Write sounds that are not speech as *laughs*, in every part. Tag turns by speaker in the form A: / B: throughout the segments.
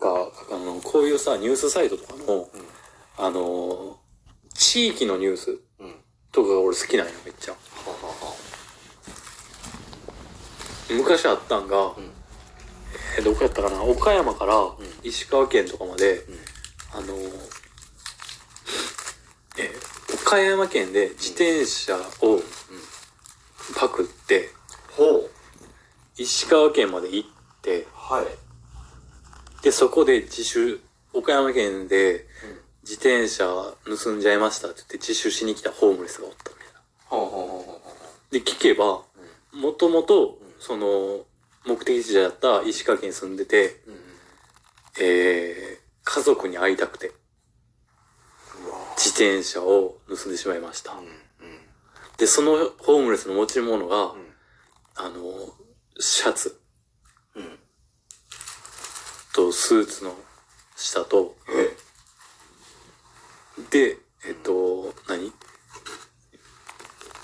A: の、こういうさ、ニュースサイトとかの、あの、地域のニュース
B: うん。は
A: とかが俺好きなんよ、めっちゃ。
B: はは
A: 昔あったんが、
B: ん
A: えーどこやったかな岡山から石川県とかまで、あのーえー岡山県で自転車をパクって
B: ほう。
A: 石川県まで行って
B: はい。
A: でそこで自首岡山県で自転車盗んじゃいましたって言って自首しに来たホームレスがおったみたいな。
B: ほうほうほうほうほ
A: で聞けばもともとその目的地だった石川県に住んでて、
B: う。うん。
A: えー家族に会いたくて
B: うわ
A: 自転車を盗んでしまいました。
B: うん。うん。
A: で、そのホームレスの持ち物が、
B: ん
A: あの、シャツ
B: うん。
A: とスーツの下と、
B: え
A: で、えっと、何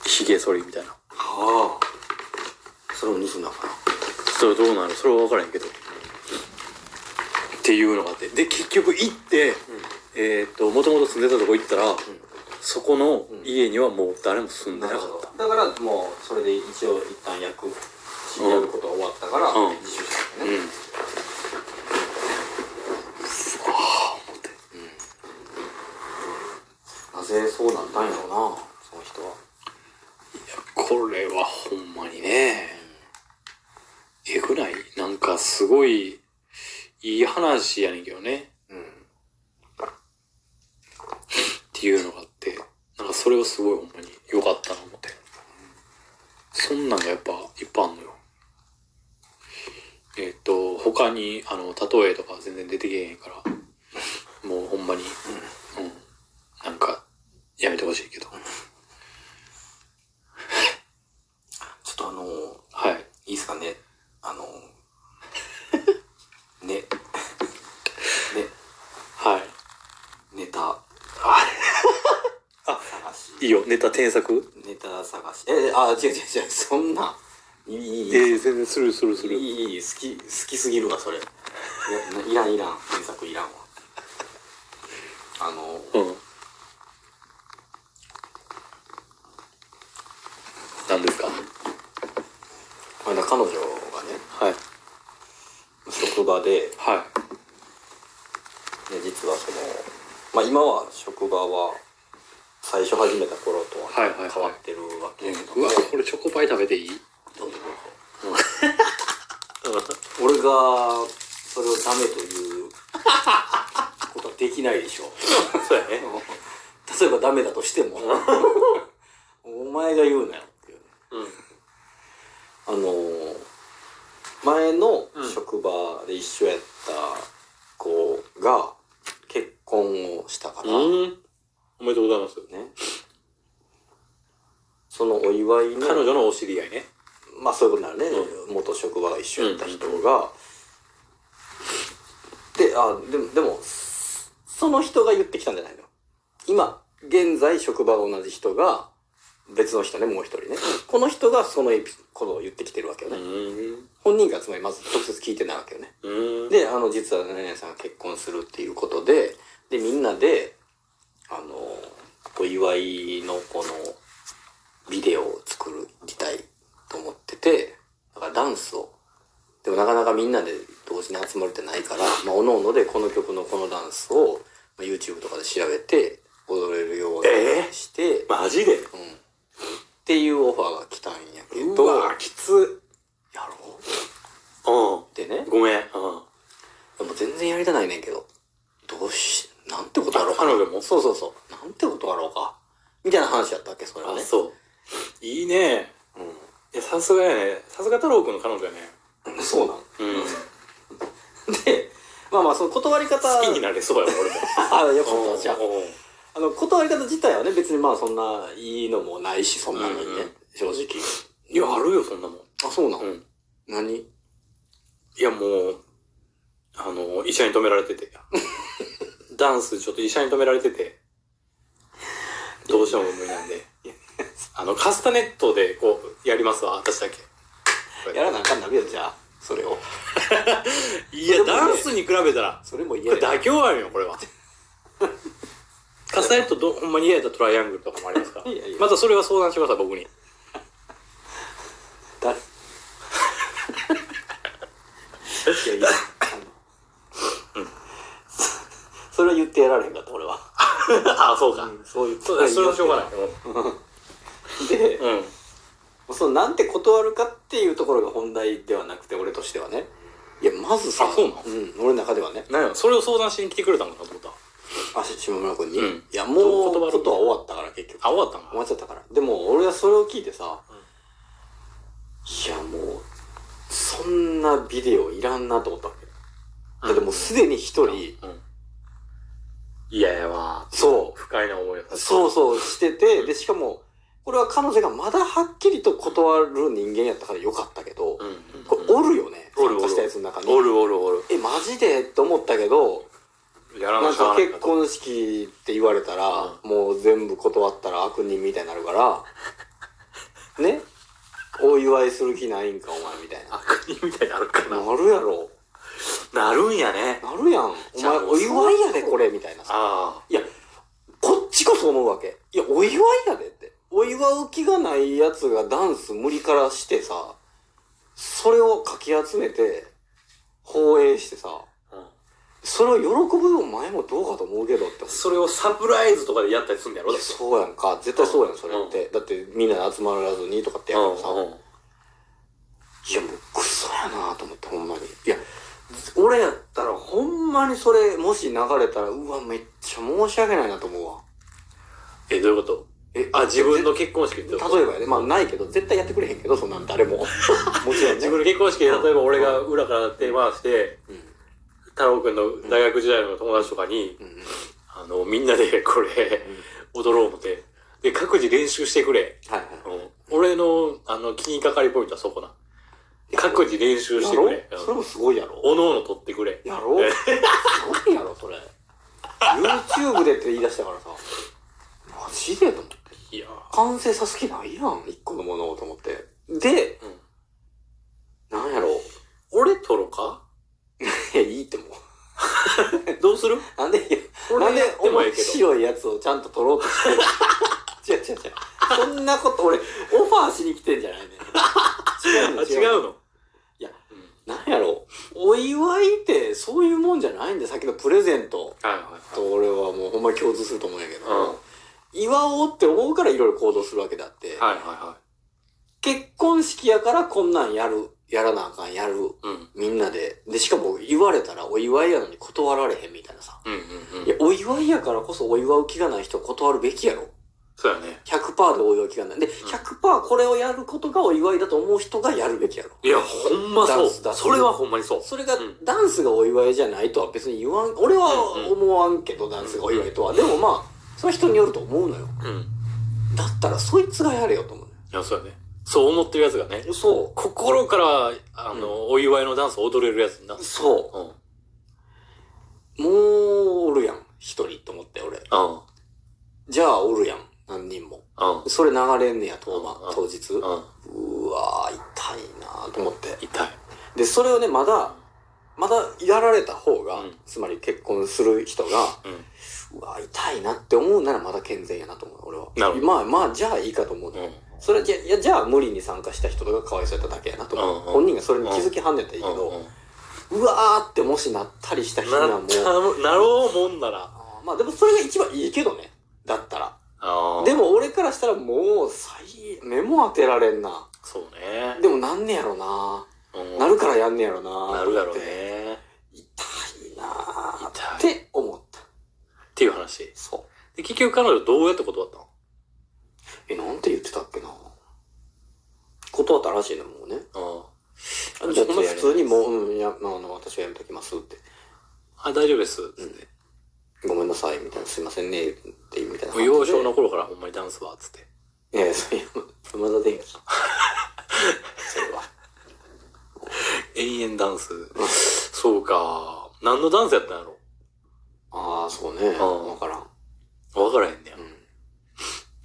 A: 髭剃りみたいな。
B: はあ。それを盗んだのかな。
A: それどうなるそれは分からへんけど。っていうのがあって。で、結局行って、えーっと、もともと住んでたとこ行ったら、そこの家にはもう誰も住んでなかった。
B: だからもうそれで一応一旦役知り合うことが終わったから
A: うん
B: 自首したんだ
A: う
B: ね、
A: ん。
B: なぜそうなったんやろうなその人は
A: これはほんまにね、えぐないなんかすごい、いい話やねんけどね。
B: うん
A: っていうのがあって、なんかそれはすごいほんまに良かったな思って。そんなんがやっぱいっぱいあんのよ。えっ、と、他に、あの、例えとか全然出てけえへんから、もうほんまに、うん、なんか、やめてほしいけど。
B: ちょっとあのー
A: はい。
B: いいっすかねあのーねね
A: はい。
B: ネタ
A: あ
B: *laughs* 探し
A: いいよ、ネタ添削
B: ネタ探しえあ違う違う違うそんないいいいいい
A: ええ全然スルースルースルー。
B: いいいい好き好きすぎるわそれいやいらんいらん原作いらんわあのー
A: うん。なんですか
B: この間彼女がね
A: はい。
B: 職場で
A: は
B: で実はその、まあ、今は職場は最初始めた頃とは
A: はいはいはい
B: 変わってるわけ
A: い
B: やけど、。
A: うわ、これチョコパイ食べていい
B: どうぞどうぞ俺がそれをダメということはできないでしょ
A: そうやね。
B: 例えばダメだとしてもお前が言うなよっていう
A: うん。
B: あのー前の職場で一緒やった子が結婚をしたから、
A: うん。おめでとうございます。
B: ね。そのお祝いの、
A: 彼女のお知り合いね。
B: まあそういうことになるね。元職場が一緒やった人が、で、あ、でも、でも、そその人が言ってきたんじゃないの今、現在職場が同じ人が、別の人ね、もう一人ね。この人がそのエピソードを言ってきてるわけよね。
A: ん。
B: 本人がつまりまず直接聞いてないわけよね。
A: うん。
B: で、あの、実は何々さんが結婚するっていうことで、で、みんなで、あの、お祝いのこの、ビデオを作りたいと思ってて、だからダンスを。でもなかなかみんなで同時に集まるってないから、まあ、おのおのでこの曲のこのダンスを、まあ、YouTube とかで調べて、踊れるようにして、
A: マジで
B: うん。っていうオファーが来たんやけど、
A: うわ、きつ。
B: やろう
A: う
B: ってね
A: ん。。ごめん。うん。
B: でも全然やりたないねんけど。どうし、なんてことあろうかな。
A: あ彼女も
B: そうそうそう。なんてことあろうか。みたいな話やったっけ、それは
A: あ、
B: ね。
A: そう。いいね。い
B: う。
A: や、さすがやね。さすが太郎くんの彼女やね。
B: ん。 *laughs* そうなん。
A: うん。
B: で、まあまあ、その断り方。
A: 好きになれそうや、俺も。
B: あ、よかった。じゃあ
A: うんうん
B: あの、断り方自体はね、別にまあそんないいのもないし、そんなのにね、
A: うんうん
B: 正直。
A: いや、あるよ、そんなもん。
B: あ、そうなん。
A: うん。
B: 何
A: いや、もう、あの、医者に止められてて。 *laughs* ダンス、ちょっと医者に止められてて。どうしても無理なんで。あの、カスタネットで、こう、やりますわ、私だけ。
B: やらなあかんなるよ、じゃあ。それを
A: い
B: それ
A: や、
B: もね
A: ダンスに比べたら、
B: それも
A: こ
B: 嫌
A: れ
B: だ
A: 妥協あるよ、これは。火災とど、ほんまに嫌やったらトライアングルとかもあります *laughs* から。
B: いやいや
A: またそれは相談してください、僕に。
B: だい *laughs* やいやそれは言ってやられへんかった俺は、
A: *laughs* あ、そうか。
B: そういう
A: そうだ、それはしょうがない。
B: で
A: うん。
B: そのなんて断るかっていうところが本題ではなくて俺としてはねいやまずさ
A: あそうなの
B: ん、俺の中ではね
A: なんやろそれを相談しに来てくれたのかと思った。
B: あし下村君に、
A: うん
B: いや
A: ど
B: も
A: う
B: う
A: 断る
B: ことは終わったから結局
A: あ、終わったの
B: 終わっちゃったからでも俺はそれを聞いてさ、
A: うん
B: いやもうそんなビデオいらんなと思ったわけだってもうすでに一人、
A: うん。嫌やわ。
B: そ
A: 不快な思いを
B: うそうそうしててでしかもこれは彼女がまだはっきりと断る人間やったからよかったけど、
A: うん。うん。
B: これおるよね
A: おるおる
B: 参加したやつの中に
A: おるおるおる。
B: えマジでと思ったけど
A: やら
B: な
A: なんしゃ
B: か
A: あない
B: 結
A: かと。
B: 婚式って言われたら、もう全部断ったら悪人みたいにな
A: *laughs*
B: るからねお祝いする気ないんかお前みたいな
A: 悪人みたいになるかな。
B: なるやろ
A: なるんやね。
B: なるやんお
A: じゃ
B: 前
A: あもう
B: お祝いやでこれみたいなさ
A: ああ。
B: いやこっちこそ思うわけいやお祝いやでってお祝う気がないやつがダンス無理からしてさそれをかき集めて放映してさ
A: うん
B: それを喜ぶお前もどうかと思うけどって思う
A: それをサプライズとかでやったりするんだやろ
B: い
A: だ
B: や
A: って
B: そうやんか絶対そうやんそれって、だってみんなで集まらずにとかってやるからさ、
A: うん
B: いやもうクソやなと思ってほんまにいや俺やったらほんまにそれもし流れたらうわめっちゃ申し訳ないなと思うわ
A: え、どういうこと
B: え
A: あ、自分
B: の
A: の結婚式ってこと
B: 例えばやでまあないけど絶対やってくれへんけどそんなん
A: *laughs*
B: 誰ももちろん、ね、
A: 自分の結婚式で例えば俺が裏から手回して、
B: うん
A: 太郎くんの大学時代の友達とかに、
B: うん
A: あの、みんなでこれ、踊ろう思って。で、各自練習してくれ。
B: はいはい
A: うん俺の、あの、気にかかりポイントはそこな。各自練習し
B: や
A: てく
B: ろ
A: れ。
B: それもすごいやろ
A: おのおの取ってくれ。
B: やろすごいやろそれ YouTube でって言い出したからさマジでと思って
A: いや
B: 完成さす気ないやん、一個のものをと思って。で、
A: うん
B: なんやろ *laughs*
A: 俺取ろうか
B: いや、いいってもう。 *laughs*
A: どうする
B: なんで、いや
A: 俺
B: なんで
A: やってもええ
B: 面
A: けど
B: 白いやつをちゃんと取ろうとしてる *laughs* 違う違う違う。そんなこと、俺、オファーしに来てんじゃないね。違
A: *laughs*
B: う
A: あ、
B: の
A: 違
B: 違うの。
A: うの
B: いや、
A: うん
B: なんやろお祝いってそういうもんじゃないんで、さっきのプレゼント
A: はいはいはい。
B: と俺はもうほんまに共通すると思うんやけど、
A: うん
B: 祝おうって思うからいろいろ行動するわけであって、
A: はいは
B: 結婚式やからこんなんやる、やらなあかん、やる、
A: いはい。うん。
B: みんなで。で、しかも言われたらお祝いやのに断られへんみたいなさ。
A: うんうんうん。
B: いや、お祝いやからこそお祝う気がない人は断るべきやろ。
A: そうやね。
B: 100%でお祝う気がない。で、100%これをやることがお祝いだと思う人がやるべきやろ。
A: いや、ほんまそう。
B: ダンスダンス
A: それはほんまにそう。
B: それが
A: うん、
B: ダンスがお祝いじゃないとは別に言わん、俺は
A: うん
B: 思わんけど、ダンスがお祝いとは。でもまあ、それは人によると思うのよ。
A: うん。
B: だったらそいつがやれよと思うの
A: いや、そうやね。そう思ってるやつがね。
B: よ。そ
A: 心から、あの、お祝いのダンスを踊れるやつにな。う
B: う。そ
A: ん。うん。
B: う。もう、おるやん。一人と思って、俺。
A: う
B: じゃあ、おるやん。何人も。
A: ん。
B: それ流れんねや、当
A: うん
B: 番、当日。
A: うん。
B: うわー、痛いなーと思って。
A: 痛い。
B: で、それをね、まだ、まだやられた方が、
A: うん
B: つまり結婚する人が、
A: う
B: うわー、痛いなって思うならまだ健全やなと思う、俺は。
A: なるほど
B: まあまあ、じゃあいいかと思うの
A: ん。う
B: よ、
A: ん。
B: それじゃ、いや、じゃあ無理に参加した人がかわいそうやっただけやなと思う。
A: うんうん
B: 本人がそれに気づきはんねやったらいいけど、
A: うん
B: うわーってもしなったりした人
A: な
B: は
A: な
B: もう、
A: なろうもんなら。
B: あーまあでもそれが一番いいけどね。だったら。
A: あ
B: で
A: も、
B: も俺からしたらもう最、目も当てられんな。
A: そうね。
B: でもなんねやろな。
A: うん
B: なるからやんねやろな。
A: なるだろう。ね。
B: 痛いなーっ
A: 痛い。って
B: 思った。
A: ていう話。
B: そう。
A: で、結局彼女どうやって断ったの
B: え、なんて言ってたっけな断ったらしいのもうね。
A: うん。
B: じゃあ普通にも
A: う。
B: う、うん、いや、まあ、あの、私はやめときますって。
A: あ、大丈夫です。つって。
B: ごめんなさい、みたいな。すいませんね、って、みたい
A: もう
B: な感じで。
A: 幼少の頃からほんまにダンスは、つって。
B: いやいや、そういう、まだ電気。 *laughs* それは。
A: 永遠ダン
B: *laughs*
A: ス。そうか。何のダンスやったんやろ
B: ああ、そうね。
A: ん
B: わからん。
A: 分からへんねや
B: う。ん。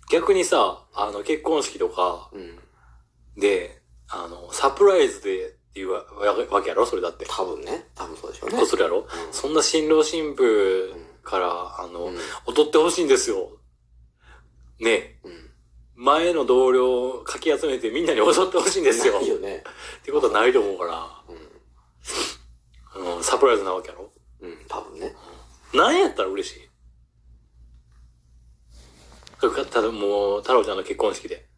A: 逆にさ、あの、結婚式とか
B: うん。
A: で、あの、サプライズでっていうわわけやろそれだって。
B: 多分ね多分そうでしょうね
A: そうするやろ
B: うん
A: そんな新郎新婦から、あ
B: う
A: の
B: ん、
A: 踊ってほしいんですよ。ねえ
B: うん
A: 前の同僚をかき集めてみんなに踊ってほしいんですよ。
B: ない
A: っ
B: よね
A: てことはないと思うから、
B: う
A: あのサプライズなわけやろ
B: ん、うん、多分ね
A: なんやったら嬉しいただもう、太郎ちゃんの結婚式で、